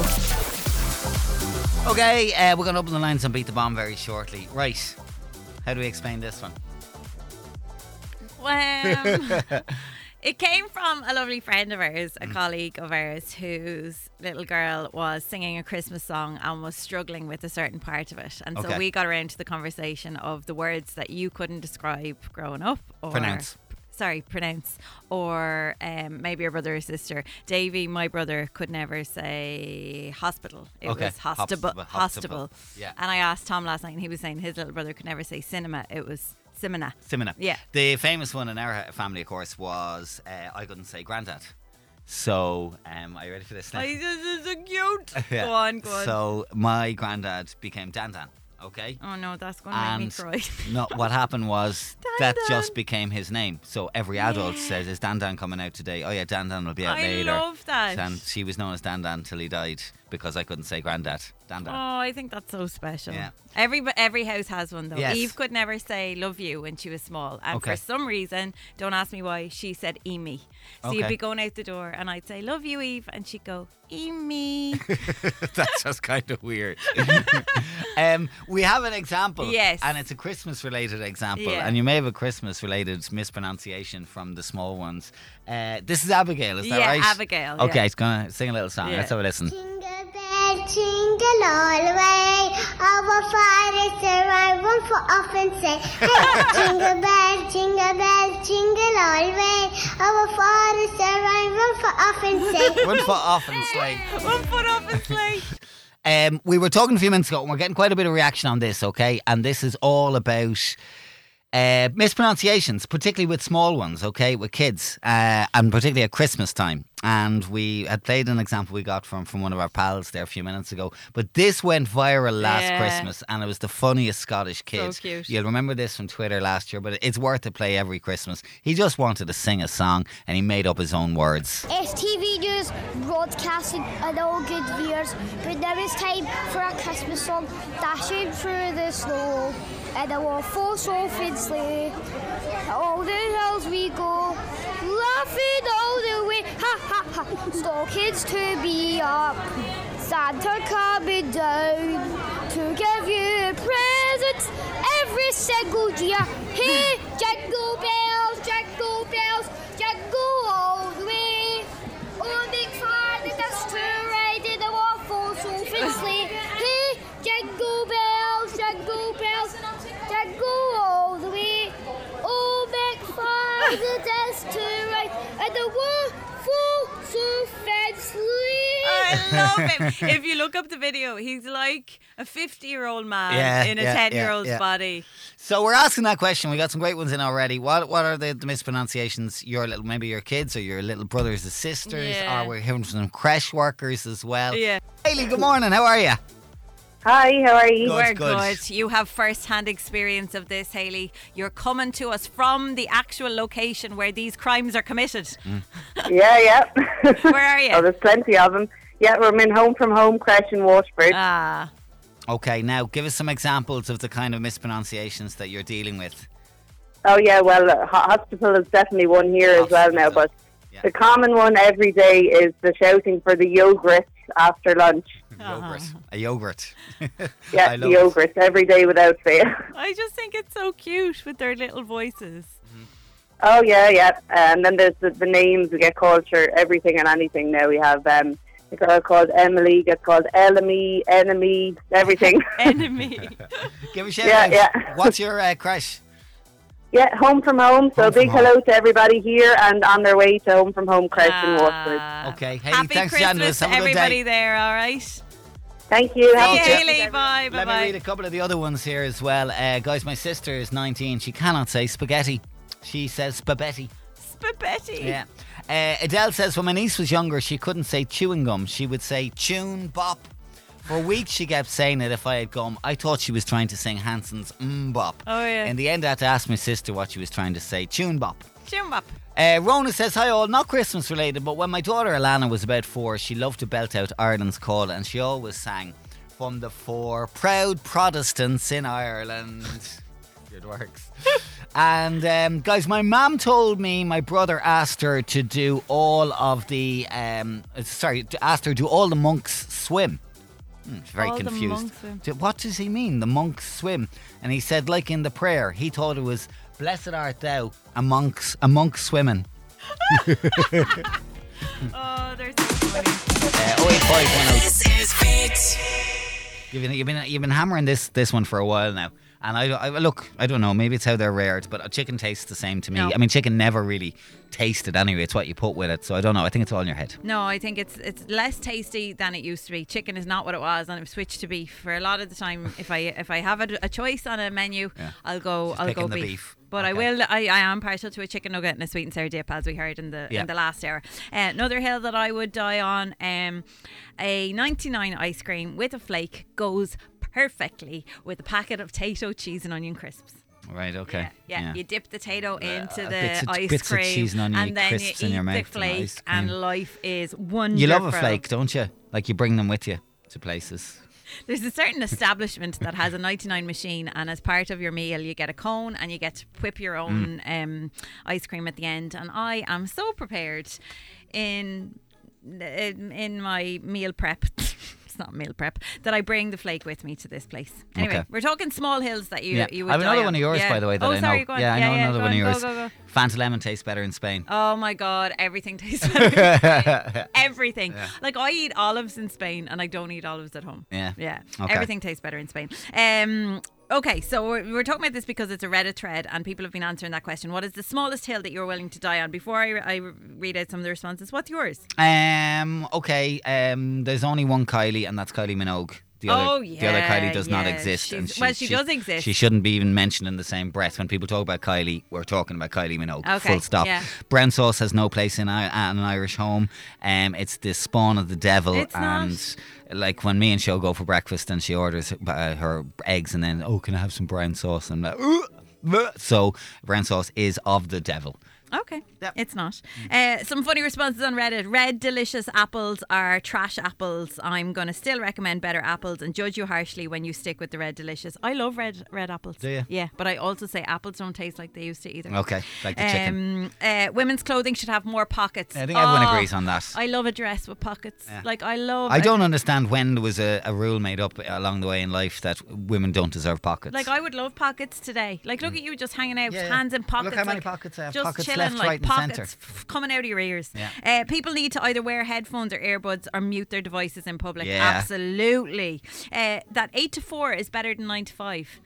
[SPEAKER 4] Okay, uh, we're going to open the lines on Beat the Bomb very shortly. Right. How do we explain this one? (laughs)
[SPEAKER 5] Um, it came from a lovely friend of ours, a colleague of ours, whose little girl was singing a Christmas song and was struggling with a certain part of it. And
[SPEAKER 4] Okay.
[SPEAKER 5] so we got around to the conversation of the words that you couldn't describe growing up or
[SPEAKER 4] Pronounce.
[SPEAKER 5] Sorry, pronounce. Or um, maybe your brother or sister. Davy, my brother, could never say hospital. It
[SPEAKER 4] Okay.
[SPEAKER 5] was hostable.
[SPEAKER 4] Hostable, hostable.
[SPEAKER 5] Hostable.
[SPEAKER 4] Yeah.
[SPEAKER 5] And I asked Tom last night, and he was saying his little brother could never say cinema. It was cinema.
[SPEAKER 4] Simina.
[SPEAKER 5] Yeah.
[SPEAKER 4] The famous one in our ha- family, of course, was uh, I couldn't say granddad. So, um, are you ready for this? Now?
[SPEAKER 5] Oh, this is so cute.
[SPEAKER 4] (laughs) Yeah.
[SPEAKER 5] Go on, go on.
[SPEAKER 4] So, my granddad became Dan Dan. Okay.
[SPEAKER 5] Oh no, that's going to make me
[SPEAKER 4] And
[SPEAKER 5] cry. (laughs)
[SPEAKER 4] (laughs) no, what happened was
[SPEAKER 5] Dan
[SPEAKER 4] that just became his name. So every adult says, "Is Dan Dan coming out today?" Oh yeah, Dan Dan will be out
[SPEAKER 5] I
[SPEAKER 4] later.
[SPEAKER 5] love that.
[SPEAKER 4] And she was known as Dan Dan till he died because I couldn't say Grandad. Dan Dan.
[SPEAKER 5] Oh, I think that's so special.
[SPEAKER 4] Yeah.
[SPEAKER 5] Every every house has one though.
[SPEAKER 4] Yes.
[SPEAKER 5] Eve could never say "love you" when she was small, and
[SPEAKER 4] Okay.
[SPEAKER 5] for some reason, don't ask me why, she said "Emi." So you'd
[SPEAKER 4] Okay.
[SPEAKER 5] be going out the door, and I'd say "love you, Eve," and she'd go "Emi."
[SPEAKER 4] (laughs) That's just kind
[SPEAKER 5] (laughs)
[SPEAKER 4] of weird. um, we have an example.
[SPEAKER 5] Yes.
[SPEAKER 4] And it's a Christmas related example.
[SPEAKER 5] Yeah.
[SPEAKER 4] And you may have a Christmas related mispronunciation from the small ones. Uh, this is Abigail, is that
[SPEAKER 5] Yeah,
[SPEAKER 4] right?
[SPEAKER 5] Abigail, yeah.
[SPEAKER 4] Okay, it's going to sing a little song.
[SPEAKER 5] Yeah.
[SPEAKER 4] Let's have
[SPEAKER 5] (laughs)
[SPEAKER 4] a listen.
[SPEAKER 8] Jingle bell, jingle all the way. Our father said, I won't for often say. Hey, jingle bell, jingle bell, jingle all the way. Our father said, I won't for often say.
[SPEAKER 4] One foot off and sway.
[SPEAKER 5] (laughs) One foot off his sleigh.
[SPEAKER 4] Um, we were talking a few minutes ago and we're getting quite a bit of reaction on this, okay? And this is all about uh, mispronunciations, particularly with small ones, okay, with kids, uh, and particularly at Christmas time. And we had played an example we got from, from one of our pals there a few minutes ago. But this went viral last
[SPEAKER 5] Yeah.
[SPEAKER 4] Christmas and it was the funniest Scottish kid.
[SPEAKER 5] cute.
[SPEAKER 4] You'll remember this from Twitter last year, but it's worth a play every Christmas. He just wanted to sing a song and he made up his own words.
[SPEAKER 8] STV News broadcasted an all good viewers, but now it's time for a Christmas song dashing through the snow. In a waffle sofa sleigh, all the hills we go, laughing all the way, ha ha ha. Stockings to be up, Santa coming down to give you presents every single year. Hey, jingle bells, jingle bells, jingle all the way. Oh, big father, that's to ride in the waffle so fiercely. Hey, jingle bells, jingle bells, jingle all the way. Oh, big father, that's to ride in the waffle so fiercely.
[SPEAKER 5] I love
[SPEAKER 4] (laughs)
[SPEAKER 5] him. If you look up the video, he's like a 50 year old man
[SPEAKER 4] Yeah,
[SPEAKER 5] in a
[SPEAKER 4] yeah,
[SPEAKER 5] 10 year old's
[SPEAKER 4] yeah, yeah.
[SPEAKER 5] body.
[SPEAKER 4] So we're asking that question. We got some great ones in already. What what are the, the mispronunciations? Your little maybe your kids or your little brothers and sisters,
[SPEAKER 5] Yeah.
[SPEAKER 4] or we're hearing from some creche workers as well.
[SPEAKER 5] Yeah.
[SPEAKER 4] Hayley, good morning. How are you?
[SPEAKER 9] Hi, how are you?
[SPEAKER 4] Good,
[SPEAKER 5] We're
[SPEAKER 4] good.
[SPEAKER 5] good. You have first hand experience of this, Haley. You're coming to us from the actual location where these crimes are
[SPEAKER 4] (laughs)
[SPEAKER 5] committed.
[SPEAKER 9] yeah, yeah.
[SPEAKER 5] Where are you?
[SPEAKER 9] oh, there's plenty of them. Yeah, we're in home from home crash in Waterford.
[SPEAKER 5] Ah,
[SPEAKER 4] Okay, now give us some examples of the kind of mispronunciations that you're dealing with.
[SPEAKER 9] oh, yeah, well, uh, ho- hospital is definitely one here as well now, but
[SPEAKER 4] Yeah.
[SPEAKER 9] the common one every day is the shouting for the yogurt after lunch.
[SPEAKER 4] Yogurt, a yogurt. (laughs)
[SPEAKER 9] Yeah,
[SPEAKER 4] I
[SPEAKER 9] the
[SPEAKER 4] love it.
[SPEAKER 9] yogurt every day without fail. (laughs)
[SPEAKER 5] I just think it's so cute with their little voices. (laughs)
[SPEAKER 9] Oh yeah, yeah. And then there's the, the names we get called for everything and anything. Now we have um, a girl called Emily gets called Elemy, enemy, everything.
[SPEAKER 5] Enemy.
[SPEAKER 9] (laughs)
[SPEAKER 4] Give a shout
[SPEAKER 9] Yeah,
[SPEAKER 4] out.
[SPEAKER 9] yeah.
[SPEAKER 4] What's your uh, crash?
[SPEAKER 9] yeah, home from home. So
[SPEAKER 4] Home from
[SPEAKER 9] big hello to everybody here and on their way to home from home, Crouch in Watford.
[SPEAKER 5] Ah.
[SPEAKER 4] Okay, Haley,
[SPEAKER 5] Happy
[SPEAKER 4] thanks for
[SPEAKER 5] Christmas
[SPEAKER 4] chatting to us.
[SPEAKER 5] to
[SPEAKER 4] Have a good day.
[SPEAKER 5] everybody there, all right?
[SPEAKER 9] Thank you. Have a
[SPEAKER 5] Hey,
[SPEAKER 9] good
[SPEAKER 5] Haley.
[SPEAKER 9] day.
[SPEAKER 5] Bye, bye,
[SPEAKER 4] Let me read
[SPEAKER 5] bye.
[SPEAKER 4] a couple of the other ones here as well. Uh, guys, my sister is 19. She cannot say spaghetti. She says spaghetti.
[SPEAKER 5] Spabetti.
[SPEAKER 4] Yeah. Uh, Adele says when my niece was younger, she couldn't say chewing gum. She would say tune bop. For weeks, she kept saying it if I had gum. I thought she was trying to sing Hanson's mm bop.
[SPEAKER 5] Oh, yeah.
[SPEAKER 4] In the end, I had to ask my sister what she was trying to say tune bop.
[SPEAKER 5] Tune up.
[SPEAKER 4] Uh, Rona says, Hi all, not Christmas related, but when my daughter Alana was about four, she loved to belt out Ireland's call and she always sang, From the four proud Protestants in Ireland. (laughs)
[SPEAKER 5] (laughs)
[SPEAKER 4] Good works. and um, guys, my mum told me my brother asked her to do all of the, um, uh, sorry, to- asked her to do all the monks swim. Hmm, she's very
[SPEAKER 5] All the
[SPEAKER 4] confused.
[SPEAKER 5] monks swim.
[SPEAKER 4] Do- What does he mean, the monks swim? And he said, like in the prayer, he thought it was, Blessed art thou amongst, amongst swimming.
[SPEAKER 5] Oh, there's so many.
[SPEAKER 4] Uh,
[SPEAKER 1] (laughs)
[SPEAKER 4] 08510.
[SPEAKER 1] This is Beat.
[SPEAKER 4] You've been, you've been you've been hammering this this one for a while now, and I, I look I don't know maybe it's how they're reared, but chicken tastes the same to me.
[SPEAKER 5] No.
[SPEAKER 4] I mean chicken never really tasted anyway. It's what you put with it, so I don't know. I think it's all in your head.
[SPEAKER 5] No, I think it's it's less tasty than it used to be. Chicken is not what it was, and I've switched to beef for a lot of the time. If I if I have a, a choice on a menu,
[SPEAKER 4] Yeah.
[SPEAKER 5] I'll go
[SPEAKER 4] She's
[SPEAKER 5] I'll go
[SPEAKER 4] picking the
[SPEAKER 5] beef.
[SPEAKER 4] beef.
[SPEAKER 5] But I
[SPEAKER 4] Okay.
[SPEAKER 5] will I, I am partial to a chicken nugget and a sweet and sour dip as we heard in the
[SPEAKER 4] Yeah.
[SPEAKER 5] in the last hour. Uh, another hill that I would die on um, a 99 ice cream with a flake goes perfectly with a packet of tato, cheese, and onion crisps.
[SPEAKER 4] Right, okay.
[SPEAKER 5] Yeah, you dip the tato into the
[SPEAKER 4] Uh, bits of-
[SPEAKER 5] ice
[SPEAKER 4] bits of
[SPEAKER 5] cream,
[SPEAKER 4] cheese and onion
[SPEAKER 5] then you
[SPEAKER 4] crisps in
[SPEAKER 5] eat
[SPEAKER 4] your
[SPEAKER 5] the
[SPEAKER 4] mouth and
[SPEAKER 5] flake,
[SPEAKER 4] ice
[SPEAKER 5] and
[SPEAKER 4] cream.
[SPEAKER 5] life is wonderful.
[SPEAKER 4] You love a flake, don't you? Like you bring them with you to places.
[SPEAKER 5] There's a certain establishment that has a 99 machine, and as part of your meal, you get a cone and you get to whip your own
[SPEAKER 4] Mm.
[SPEAKER 5] um, ice cream at the end. And I am so prepared in in, in my meal prep. (laughs) it's not meal prep that I bring the flake with me to this place. Anyway,
[SPEAKER 4] Okay.
[SPEAKER 5] we're talking small hills that you
[SPEAKER 4] yeah.
[SPEAKER 5] you would
[SPEAKER 4] I have another
[SPEAKER 5] die
[SPEAKER 4] one of
[SPEAKER 5] on.
[SPEAKER 4] yours,
[SPEAKER 5] Yeah.
[SPEAKER 4] by the way, that
[SPEAKER 5] oh,
[SPEAKER 4] I know.
[SPEAKER 5] sorry, go on.
[SPEAKER 4] Yeah, I know another
[SPEAKER 5] go
[SPEAKER 4] one
[SPEAKER 5] on,
[SPEAKER 4] of
[SPEAKER 5] go,
[SPEAKER 4] yours.
[SPEAKER 5] go, go.
[SPEAKER 4] Fanta lemon tastes better in Spain.
[SPEAKER 5] Oh my god, everything tastes better. in
[SPEAKER 4] (laughs)
[SPEAKER 5] Spain. everything. Like I eat olives in Spain and I don't eat olives at home.
[SPEAKER 4] Yeah.
[SPEAKER 5] Yeah.
[SPEAKER 4] Okay.
[SPEAKER 5] Everything tastes better in Spain. Um Okay, so we're, we're talking about this because it's a Reddit thread and people have been answering that question. What is the smallest hill that you're willing to die on? Before I, I read out some of the responses, what's yours?
[SPEAKER 4] Um. Okay. Um. There's only one Kylie, and that's Kylie Minogue. The other,
[SPEAKER 5] Oh,
[SPEAKER 4] the other
[SPEAKER 5] yeah,
[SPEAKER 4] Kylie does not
[SPEAKER 5] yeah.
[SPEAKER 4] exist. and
[SPEAKER 5] She's- well, she does exist.
[SPEAKER 4] She shouldn't be even mentioned in the same breath. When people talk about Kylie, we're talking about Kylie Minogue.
[SPEAKER 5] Okay,
[SPEAKER 4] Full stop.
[SPEAKER 5] yeah.
[SPEAKER 4] Brown sauce has no place in I- an Irish home. Um, it's the spawn of the devil.
[SPEAKER 5] It's not.
[SPEAKER 4] and like when me and she'll go for breakfast, and she orders uh, her eggs, and then oh, can I have some brown sauce? And I'm like, "Ugh, bleh." so brown sauce is of the devil.
[SPEAKER 5] Okay. It's not.
[SPEAKER 4] Mm.
[SPEAKER 5] Uh, some funny responses on Reddit. Red delicious apples are trash apples. I'm going to still recommend better apples and judge you harshly when you stick with the red delicious. I love red red apples.
[SPEAKER 4] Do you?
[SPEAKER 5] Yeah, but I also say apples don't taste like they used to either.
[SPEAKER 4] Okay, like the chicken.
[SPEAKER 5] Um, uh, women's clothing should have more pockets.
[SPEAKER 4] I think everyone
[SPEAKER 5] Oh,
[SPEAKER 4] agrees on that.
[SPEAKER 5] I love a dress with pockets. Like I love.
[SPEAKER 4] I don't understand when there was a, a rule made up along the way in life that women don't deserve pockets.
[SPEAKER 5] Like I would love pockets today. Like look at you just hanging out,
[SPEAKER 4] Mm. Yeah, yeah.
[SPEAKER 5] hands in
[SPEAKER 4] Look how
[SPEAKER 5] pockets.
[SPEAKER 4] many
[SPEAKER 5] like,
[SPEAKER 4] pockets I have.
[SPEAKER 5] Just
[SPEAKER 4] Pockets
[SPEAKER 5] chilling,
[SPEAKER 4] left,
[SPEAKER 5] like
[SPEAKER 4] right and
[SPEAKER 5] pockets
[SPEAKER 4] centre.
[SPEAKER 5] f- coming out of your ears.
[SPEAKER 4] Yeah.
[SPEAKER 5] Uh, people need to either wear headphones or earbuds or mute their devices in public.
[SPEAKER 4] Yeah.
[SPEAKER 5] Absolutely. Uh, that eight to four is better than nine to five.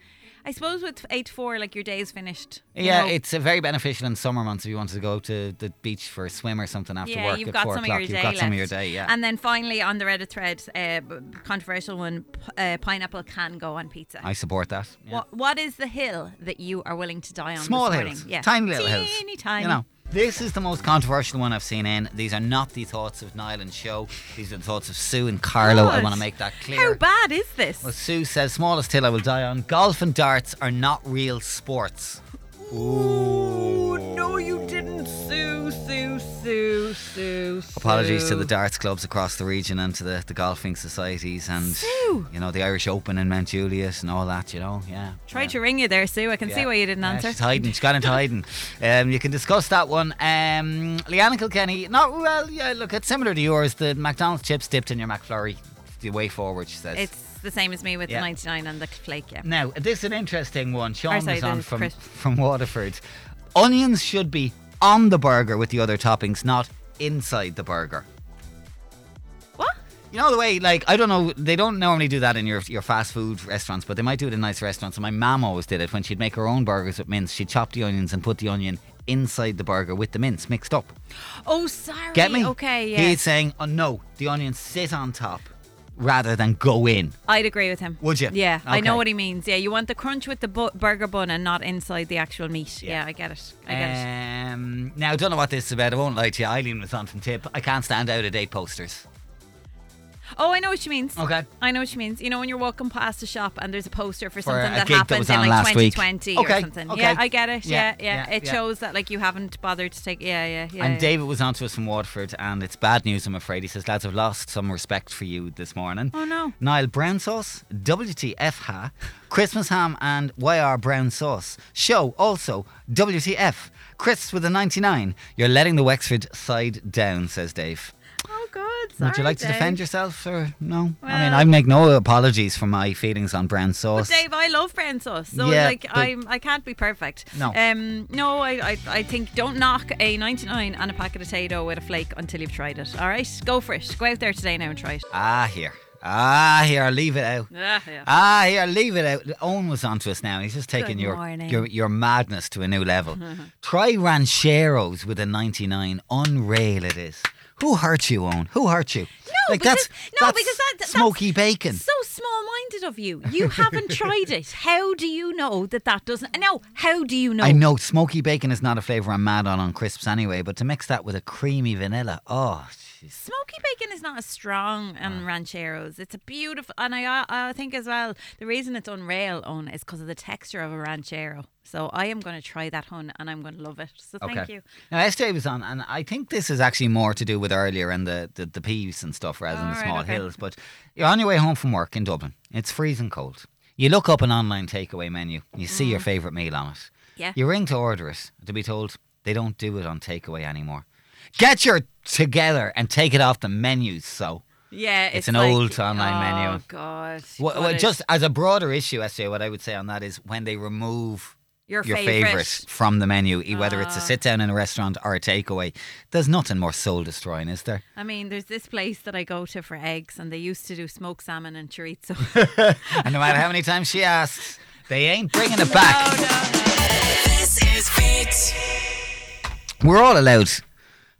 [SPEAKER 5] I suppose with eight to four, like your day is finished. you
[SPEAKER 4] yeah,
[SPEAKER 5] know.
[SPEAKER 4] it's uh, very beneficial in summer months if you wanted to go to the beach for a swim or something after
[SPEAKER 5] yeah,
[SPEAKER 4] work
[SPEAKER 5] you've
[SPEAKER 4] at
[SPEAKER 5] got
[SPEAKER 4] four
[SPEAKER 5] some
[SPEAKER 4] o'clock.
[SPEAKER 5] of
[SPEAKER 4] you've
[SPEAKER 5] your day
[SPEAKER 4] got some of
[SPEAKER 5] left.
[SPEAKER 4] your day, yeah.
[SPEAKER 5] And then finally on the Reddit thread, uh, b- controversial one: p- uh, pineapple can go on pizza.
[SPEAKER 4] I support that. yeah.
[SPEAKER 5] What, what is the hill that you are willing to die on? this
[SPEAKER 4] Small
[SPEAKER 5] morning?
[SPEAKER 4] hills,
[SPEAKER 5] Yeah.
[SPEAKER 4] tiny little
[SPEAKER 5] Teeny
[SPEAKER 4] hills.
[SPEAKER 5] tiny.
[SPEAKER 4] You know, this is the most controversial one I've seen in. These are not the thoughts of Niall and Show. These are the thoughts of Sue and Carlo. I
[SPEAKER 5] God.
[SPEAKER 4] want to make that clear.
[SPEAKER 5] How bad is this?
[SPEAKER 4] Well, Sue says, smallest hill I will die on. Golf and darts are not real sports.
[SPEAKER 5] Ooh, no, you didn't. Sue, Sue, Sue, Sue.
[SPEAKER 4] Apologies to
[SPEAKER 5] Sue.
[SPEAKER 4] the darts clubs across the region and to the, the golfing societies and
[SPEAKER 5] Sue.
[SPEAKER 4] you know the Irish Open and Mount Julius and all that. You know, yeah.
[SPEAKER 5] Tried to ring you there, Sue. I can see why you didn't
[SPEAKER 4] Yeah,
[SPEAKER 5] answer.
[SPEAKER 4] She's hiding. She's got
[SPEAKER 5] (laughs)
[SPEAKER 4] into hiding. Um, you can discuss that one. Um, Leanne Kilkenny. Not well. Yeah, look, it's similar to yours. The McDonald's chips dipped in your McFlurry. The way forward, she says.
[SPEAKER 5] It's the same as me with
[SPEAKER 4] Yeah. Mm.
[SPEAKER 5] the 99 and the flake, yeah.
[SPEAKER 4] now this is an interesting one. Sean
[SPEAKER 5] sorry,
[SPEAKER 4] is on
[SPEAKER 5] the
[SPEAKER 4] from
[SPEAKER 5] crisp.
[SPEAKER 4] from Waterford. Onions should be on the burger with the other toppings, not inside the burger.
[SPEAKER 5] What?
[SPEAKER 4] You know the way, like I don't know, they don't normally do that in your your fast food restaurants, but they might do it in nice restaurants. And my mum always did it when she'd make her own burgers with mince. She'd chop the onions and put the onion inside the burger with the mince mixed up.
[SPEAKER 5] Oh, sorry.
[SPEAKER 4] Get me?
[SPEAKER 5] Okay, yeah.
[SPEAKER 4] He's saying, oh no, the onions sit on top rather than go in.
[SPEAKER 5] I'd agree with him.
[SPEAKER 4] Would you?
[SPEAKER 5] Yeah, I know
[SPEAKER 4] Okay.
[SPEAKER 5] what he means. Yeah, you want the crunch with the bu- burger bun and not inside the actual meat. Yeah, I get it. I get it.
[SPEAKER 4] Um, now I don't know what this is about. I won't lie to you. Eileen was on from Tip. I can't stand out of date posters.
[SPEAKER 5] Oh, I know what she means.
[SPEAKER 4] Okay.
[SPEAKER 5] I know what she means. You know, when you're walking past a shop and there's a poster for,
[SPEAKER 4] For
[SPEAKER 5] something
[SPEAKER 4] a
[SPEAKER 5] that
[SPEAKER 4] gig that
[SPEAKER 5] happened
[SPEAKER 4] was
[SPEAKER 5] in
[SPEAKER 4] on
[SPEAKER 5] like
[SPEAKER 4] last week.
[SPEAKER 5] 2020
[SPEAKER 4] Okay,
[SPEAKER 5] or something.
[SPEAKER 4] okay.
[SPEAKER 5] Yeah, I get it.
[SPEAKER 4] Yeah,
[SPEAKER 5] Yeah, yeah.
[SPEAKER 4] yeah,
[SPEAKER 5] It
[SPEAKER 4] yeah.
[SPEAKER 5] shows that like you haven't bothered to take. Yeah, yeah, yeah.
[SPEAKER 4] and
[SPEAKER 5] yeah.
[SPEAKER 4] David was on to us from Waterford, and it's bad news, I'm afraid. He says, lads, I've lost some respect for you this morning.
[SPEAKER 5] Oh, no.
[SPEAKER 4] Niall Brown Sauce, WTF Ha, Christmas Ham, and YR Brown Sauce. Show also WTF, Chris with a 99. You're letting the Wexford side down, says Dave.
[SPEAKER 5] Oh God!
[SPEAKER 4] Would you
[SPEAKER 5] sorry,
[SPEAKER 4] like to
[SPEAKER 5] Dave.
[SPEAKER 4] defend yourself or no? I mean,
[SPEAKER 5] Well-
[SPEAKER 4] I make no apologies for my feelings on brown
[SPEAKER 5] But
[SPEAKER 4] sauce.
[SPEAKER 5] Dave, I love brown sauce, so
[SPEAKER 4] Yeah,
[SPEAKER 5] like
[SPEAKER 4] but-
[SPEAKER 5] I'm, I can't be perfect.
[SPEAKER 4] No.
[SPEAKER 5] um, no, I, I, I think don't knock a 99 and a packet of potato with a flake until you've tried it. All right, go for it. Go out there today now and try it.
[SPEAKER 4] ah, here. Ah, here. Leave it out.
[SPEAKER 5] Ah, yeah.
[SPEAKER 4] Ah, here, leave it out. Owen was onto us now. and He's just taking
[SPEAKER 5] Good
[SPEAKER 4] your,
[SPEAKER 5] morning.
[SPEAKER 4] your your madness to a
[SPEAKER 5] (laughs)
[SPEAKER 4] new level. Try rancheros with a 99. Unreal it is. Who hurt you, Owen? Who hurt you? No, like
[SPEAKER 5] because-
[SPEAKER 4] that's,
[SPEAKER 5] no,
[SPEAKER 4] that's
[SPEAKER 5] because that- that's
[SPEAKER 4] smoky bacon.
[SPEAKER 5] So small-minded of you. You haven't tried it. How do you know that that doesn't? No, how do you know?
[SPEAKER 4] I know smoky bacon is not a flavour I'm mad on on crisps anyway, but to mix that with a creamy vanilla, oh, jeez.
[SPEAKER 5] Smoky bacon is not as strong
[SPEAKER 4] Ah.
[SPEAKER 5] on rancheros. It's a beautiful, and I I think as well the reason it's on rail on is because of the texture of a ranchero. So I am going to try that hun, and I'm going to love it. So thank you.
[SPEAKER 4] Now SJ was on, and I think this is actually more to do with earlier and the the, the peas and stuff rather than the
[SPEAKER 5] All right,
[SPEAKER 4] small
[SPEAKER 5] okay.
[SPEAKER 4] hills. But you're on your way home from work in Dublin. It's freezing cold. You look up an online takeaway menu. You see your favourite meal on it.
[SPEAKER 5] Mm. Yeah.
[SPEAKER 4] You ring to order it to be told they don't do it on takeaway anymore. Get your together and take it off the menus. So.
[SPEAKER 5] Yeah, it's,
[SPEAKER 4] It's an
[SPEAKER 5] like-
[SPEAKER 4] old online
[SPEAKER 5] oh,
[SPEAKER 4] menu.
[SPEAKER 5] God, What
[SPEAKER 4] Well, well,
[SPEAKER 5] a-
[SPEAKER 4] just as a broader issue, SJ, what I would say on that is when they remove
[SPEAKER 5] your,
[SPEAKER 4] your
[SPEAKER 5] favorite. Ah.
[SPEAKER 4] favourite from the menu, e- whether it's a sit down in a restaurant or a takeaway, there's nothing more soul destroying, is there?
[SPEAKER 5] I mean, there's this place that I go to for eggs, and they used to do smoked salmon and chorizo. (laughs)
[SPEAKER 4] And no matter how many times she asks, they ain't bringing it back.
[SPEAKER 1] This is Beat.
[SPEAKER 4] We're all allowed to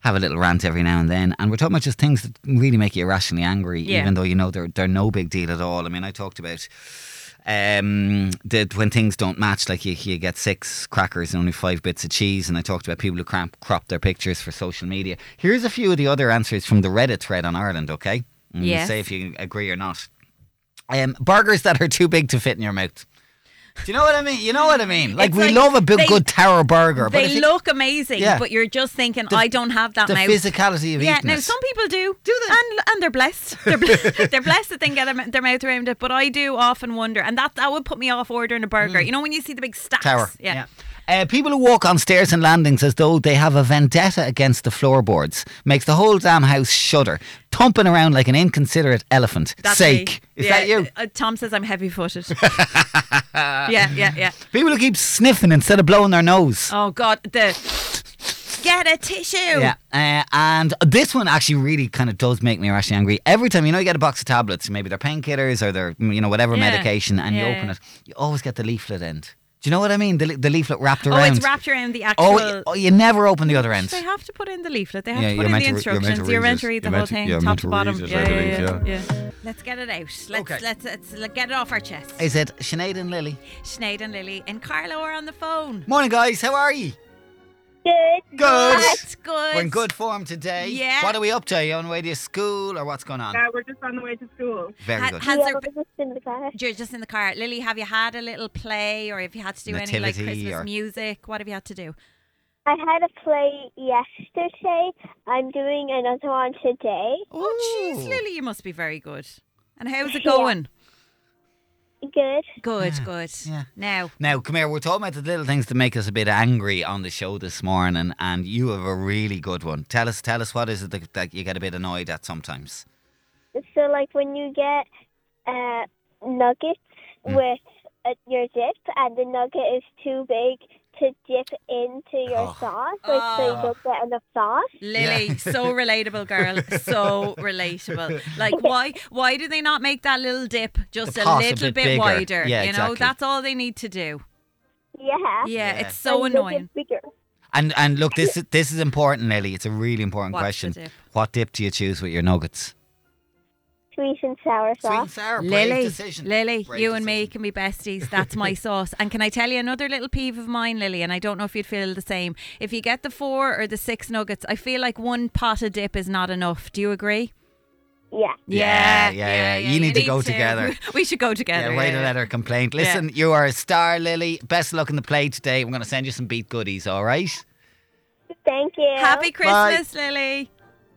[SPEAKER 4] have a little rant every now and then, and we're talking about just things that really make you irrationally angry,
[SPEAKER 5] Yeah.
[SPEAKER 4] even though you know they're they're no big deal at all. I mean, I talked about. Um, that when things don't match, like you, you get six crackers and only five bits of cheese, and I talked about people who cramp, crop their pictures for social media. Here's a few of the other answers from the Reddit thread on Ireland, okay? And you
[SPEAKER 5] Yes.
[SPEAKER 4] say if you agree or not. Um, burgers that are too big to fit in your mouth. Do you know what I mean? You know what
[SPEAKER 5] (laughs)
[SPEAKER 4] I mean? Like
[SPEAKER 5] It's
[SPEAKER 4] we
[SPEAKER 5] like
[SPEAKER 4] love a big
[SPEAKER 5] they-
[SPEAKER 4] good tower burger, but if
[SPEAKER 5] they
[SPEAKER 4] you-
[SPEAKER 5] look amazing,
[SPEAKER 4] Yeah.
[SPEAKER 5] but you're just thinking, I don't have that
[SPEAKER 4] the
[SPEAKER 5] mouth.
[SPEAKER 4] physicality of
[SPEAKER 5] yeah,
[SPEAKER 4] eating
[SPEAKER 5] now
[SPEAKER 4] it.
[SPEAKER 5] some people do.
[SPEAKER 4] Do they?
[SPEAKER 5] And, and they're
[SPEAKER 4] (laughs)
[SPEAKER 5] blessed. They're, bl- (laughs) they're blessed that they can get their, m- their mouth around it, but I do often wonder, and that, that would put me off ordering a burger. You know, when you see the big stacks.
[SPEAKER 4] Mm. Tower.
[SPEAKER 5] Yeah.
[SPEAKER 4] Uh, people who walk on stairs and landings as though they have a vendetta against the floorboards makes the whole damn house shudder, thumping around like an inconsiderate elephant.
[SPEAKER 5] That's
[SPEAKER 4] Sake.
[SPEAKER 5] me.
[SPEAKER 4] Is
[SPEAKER 5] Yeah,
[SPEAKER 4] that you?
[SPEAKER 5] uh, Tom says I'm heavy
[SPEAKER 4] (laughs)
[SPEAKER 5] footed. yeah, yeah, yeah.
[SPEAKER 4] People who keep sniffing instead of blowing their nose.
[SPEAKER 5] Oh, God. The get a tissue.
[SPEAKER 4] Yeah, uh, and this one actually really kind of does make me irrationally angry. Every time you know you get a box of tablets, maybe they're painkillers or they're you know whatever
[SPEAKER 5] Yeah.
[SPEAKER 4] medication, and
[SPEAKER 5] Yeah,
[SPEAKER 4] you open
[SPEAKER 5] yeah.
[SPEAKER 4] it, you always get the leaflet end. Do you know what I mean? The, le- the leaflet wrapped
[SPEAKER 5] Oh,
[SPEAKER 4] around.
[SPEAKER 5] it's wrapped around the actual.
[SPEAKER 4] Oh, y- oh, you never open the other end.
[SPEAKER 5] They have to put in the leaflet. They have
[SPEAKER 4] Yeah,
[SPEAKER 5] to
[SPEAKER 4] you're
[SPEAKER 5] put in
[SPEAKER 4] meant
[SPEAKER 5] the
[SPEAKER 4] to re- you're meant to
[SPEAKER 5] instructions. You're
[SPEAKER 4] read
[SPEAKER 5] meant
[SPEAKER 4] it.
[SPEAKER 5] to read the
[SPEAKER 10] You're
[SPEAKER 5] whole
[SPEAKER 10] meant to-
[SPEAKER 5] thing,
[SPEAKER 10] you're
[SPEAKER 5] top
[SPEAKER 10] meant
[SPEAKER 5] to
[SPEAKER 10] to read it,
[SPEAKER 5] bottom.
[SPEAKER 10] I
[SPEAKER 5] yeah, yeah,
[SPEAKER 10] believe,
[SPEAKER 5] yeah, yeah. Let's get it out. Let's,
[SPEAKER 4] Okay.
[SPEAKER 5] let's, let's, let's get it off our chest.
[SPEAKER 4] Is it Sinead and Lily?
[SPEAKER 5] Sinead and Lily and Carlo are on the phone.
[SPEAKER 4] Morning, guys. How are you?
[SPEAKER 9] Good.
[SPEAKER 4] Good.
[SPEAKER 5] That's good.
[SPEAKER 4] We're in good form today.
[SPEAKER 5] Yeah.
[SPEAKER 4] What are we up to? Are you on the way to school or what's going on?
[SPEAKER 9] Yeah, we're just on the way to school.
[SPEAKER 4] Very
[SPEAKER 5] Ha-
[SPEAKER 4] good.
[SPEAKER 5] has there been-
[SPEAKER 8] just in the car.
[SPEAKER 5] you're just in the car. Lily, have you had a little play or have you had to do any like
[SPEAKER 4] Nativity
[SPEAKER 5] Christmas
[SPEAKER 4] or-
[SPEAKER 5] music? What have you had to do?
[SPEAKER 8] I had a play yesterday. I'm doing another one today.
[SPEAKER 5] Oh, jeez, Lily, you must be very good. And how's it going?
[SPEAKER 8] Good.
[SPEAKER 5] Good, good.
[SPEAKER 4] yeah.
[SPEAKER 5] Now,
[SPEAKER 4] Now, come here. We're talking about the little things that make us a bit angry on the show this morning, and you have a really good one. Tell us, tell us, what is it that, that you get a bit annoyed at sometimes?
[SPEAKER 8] So, like when you get uh, nuggets with uh, your dip, and the nugget is too big to dip into your
[SPEAKER 4] Oh.
[SPEAKER 8] sauce, like so you
[SPEAKER 5] Ah.
[SPEAKER 8] don't get enough sauce.
[SPEAKER 5] Lily,
[SPEAKER 4] (laughs)
[SPEAKER 5] so relatable, girl. So relatable.
[SPEAKER 4] (laughs)
[SPEAKER 5] Like, why why do they not make that little dip just
[SPEAKER 4] The
[SPEAKER 5] a
[SPEAKER 4] pass a
[SPEAKER 5] little
[SPEAKER 4] bit
[SPEAKER 5] bit,
[SPEAKER 4] bigger.
[SPEAKER 5] wider?
[SPEAKER 4] Yeah,
[SPEAKER 5] you know,
[SPEAKER 4] exactly.
[SPEAKER 5] that's all they need to do.
[SPEAKER 8] Yeah.
[SPEAKER 5] Yeah,
[SPEAKER 4] Yeah.
[SPEAKER 5] it's so
[SPEAKER 8] And make it
[SPEAKER 5] annoying.
[SPEAKER 8] Bigger.
[SPEAKER 4] And and look, this is this is important, Lily. It's a really important
[SPEAKER 5] What's
[SPEAKER 4] question.
[SPEAKER 5] the dip?
[SPEAKER 4] What dip do you choose with your nuggets?
[SPEAKER 8] Sweet and sour
[SPEAKER 4] Sweet and
[SPEAKER 8] sauce.
[SPEAKER 4] sour. brave
[SPEAKER 5] Lily,
[SPEAKER 4] decision.
[SPEAKER 5] Lily,
[SPEAKER 4] Brave
[SPEAKER 5] you and me
[SPEAKER 4] decision.
[SPEAKER 5] can be
[SPEAKER 4] (laughs)
[SPEAKER 5] besties. That's my sauce. And can I tell you another little peeve of mine, Lily? And I don't know if you'd feel the same. If you get the four or the six nuggets, I feel like one pot of dip is not enough. Do you agree?
[SPEAKER 8] Yeah.
[SPEAKER 4] Yeah, yeah, yeah. You need to go together.
[SPEAKER 5] (laughs) We should go together.
[SPEAKER 4] Yeah,
[SPEAKER 5] yeah,
[SPEAKER 4] write a
[SPEAKER 5] yeah.
[SPEAKER 4] letter of complaint. Listen, you are a star, Lily. Best of luck in the play today. We're going to send you some beat goodies, all right?
[SPEAKER 8] Thank you.
[SPEAKER 5] Happy
[SPEAKER 4] Bye.
[SPEAKER 5] Christmas, Lily.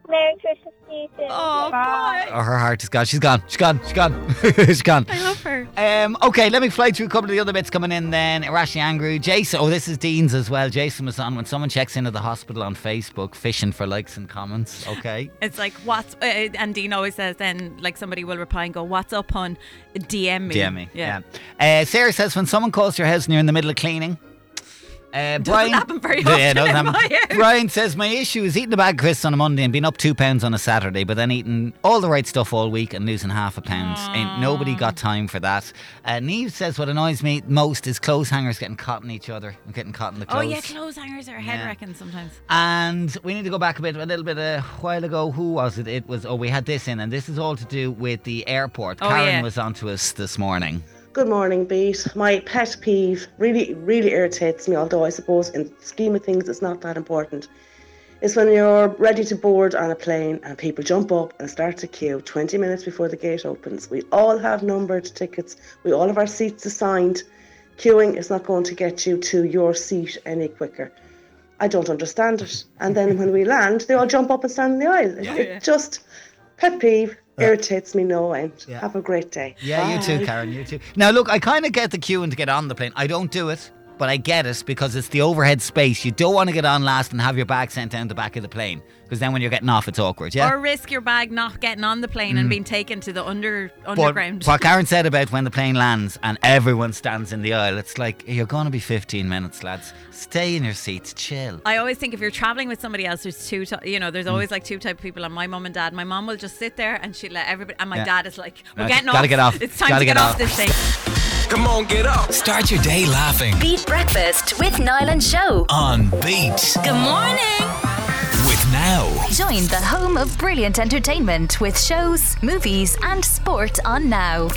[SPEAKER 8] Merry Christmas to you too.
[SPEAKER 5] Oh, bye.
[SPEAKER 4] Oh, her heart is gone. She's gone. She's gone. She's gone. (laughs) She's gone.
[SPEAKER 5] I love her.
[SPEAKER 4] Um, okay, let me fly through a couple of the other bits coming in then. Irrationally angry. Jason. Oh, this is Dean's as well. Jason was on when someone checks into the hospital on Facebook fishing for likes and comments. Okay.
[SPEAKER 5] It's like what's uh, and Dean always says. Then like somebody will reply and go, "What's up on DM me?"
[SPEAKER 4] DM me. Yeah. Uh, Sarah says when someone calls your house and you're in the middle of cleaning. Uh, Brian,
[SPEAKER 5] happen very
[SPEAKER 4] it
[SPEAKER 5] often in my house.
[SPEAKER 4] Brian says my issue is eating a bag of crisps on a Monday and being up two pounds on a Saturday, but then eating all the right stuff all week and losing half a pound. Ain't nobody got time for that. Uh, Neve says what annoys me most is clothes hangers getting caught in each other and getting caught in the
[SPEAKER 5] Oh
[SPEAKER 4] clothes.
[SPEAKER 5] yeah, clothes hangers are a head
[SPEAKER 4] Yeah.
[SPEAKER 5] wrecking sometimes.
[SPEAKER 4] And we need to go back a bit, a little bit a while ago. Who was it? It was, oh, we had this in, and this is all to do with the airport.
[SPEAKER 5] Oh,
[SPEAKER 4] Karen
[SPEAKER 5] yeah.
[SPEAKER 4] was on to us this morning.
[SPEAKER 11] Good morning, Beat. My pet peeve really, really irritates me, although I suppose in the scheme of things it's not that important, is when you're ready to board on a plane and people jump up and start to queue 20 minutes before the gate opens. We all have numbered tickets, we all have our seats assigned. Queuing is not going to get you to your seat any quicker. I don't understand it. And then when we land, they all jump up and stand in the aisle. It- It just pet peeve irritates me no end.
[SPEAKER 4] Yeah.
[SPEAKER 11] Have a great day.
[SPEAKER 4] Yeah, you too,
[SPEAKER 11] Bye.
[SPEAKER 4] Karen. You too. Now, look, I kind of get the queuing to get on the plane. I don't do it, but I get it because it's the overhead space. You don't want to get on last and have your bag sent down the back of the plane because then when you're getting off, it's awkward. Yeah. Mm.
[SPEAKER 5] Or risk your bag not getting on the plane and being taken to the under
[SPEAKER 4] but
[SPEAKER 5] underground.
[SPEAKER 4] what Karen said about when the plane lands and everyone stands in the aisle, it's like you're going to be 15 minutes, lads. Stay in your seats, chill.
[SPEAKER 5] I always think if you're traveling with somebody else, there's two, ty- you know,
[SPEAKER 4] Mm.
[SPEAKER 5] there's always like two type of people. And my mum and dad, my mum will just sit there and she let everybody, and my
[SPEAKER 4] Yeah.
[SPEAKER 5] dad is like, we're
[SPEAKER 4] No,
[SPEAKER 5] getting
[SPEAKER 4] gotta
[SPEAKER 5] off.
[SPEAKER 4] get off.
[SPEAKER 5] It's time
[SPEAKER 4] Gotta
[SPEAKER 5] to
[SPEAKER 4] get
[SPEAKER 5] get, off.
[SPEAKER 4] off."
[SPEAKER 5] this thing.
[SPEAKER 2] Come on, get up. Start your day laughing
[SPEAKER 3] Beat Breakfast with Niall and Show.
[SPEAKER 2] on Beat
[SPEAKER 5] Good morning.
[SPEAKER 2] with Now.
[SPEAKER 3] Join the home of brilliant entertainment with shows, movies, and sport on now.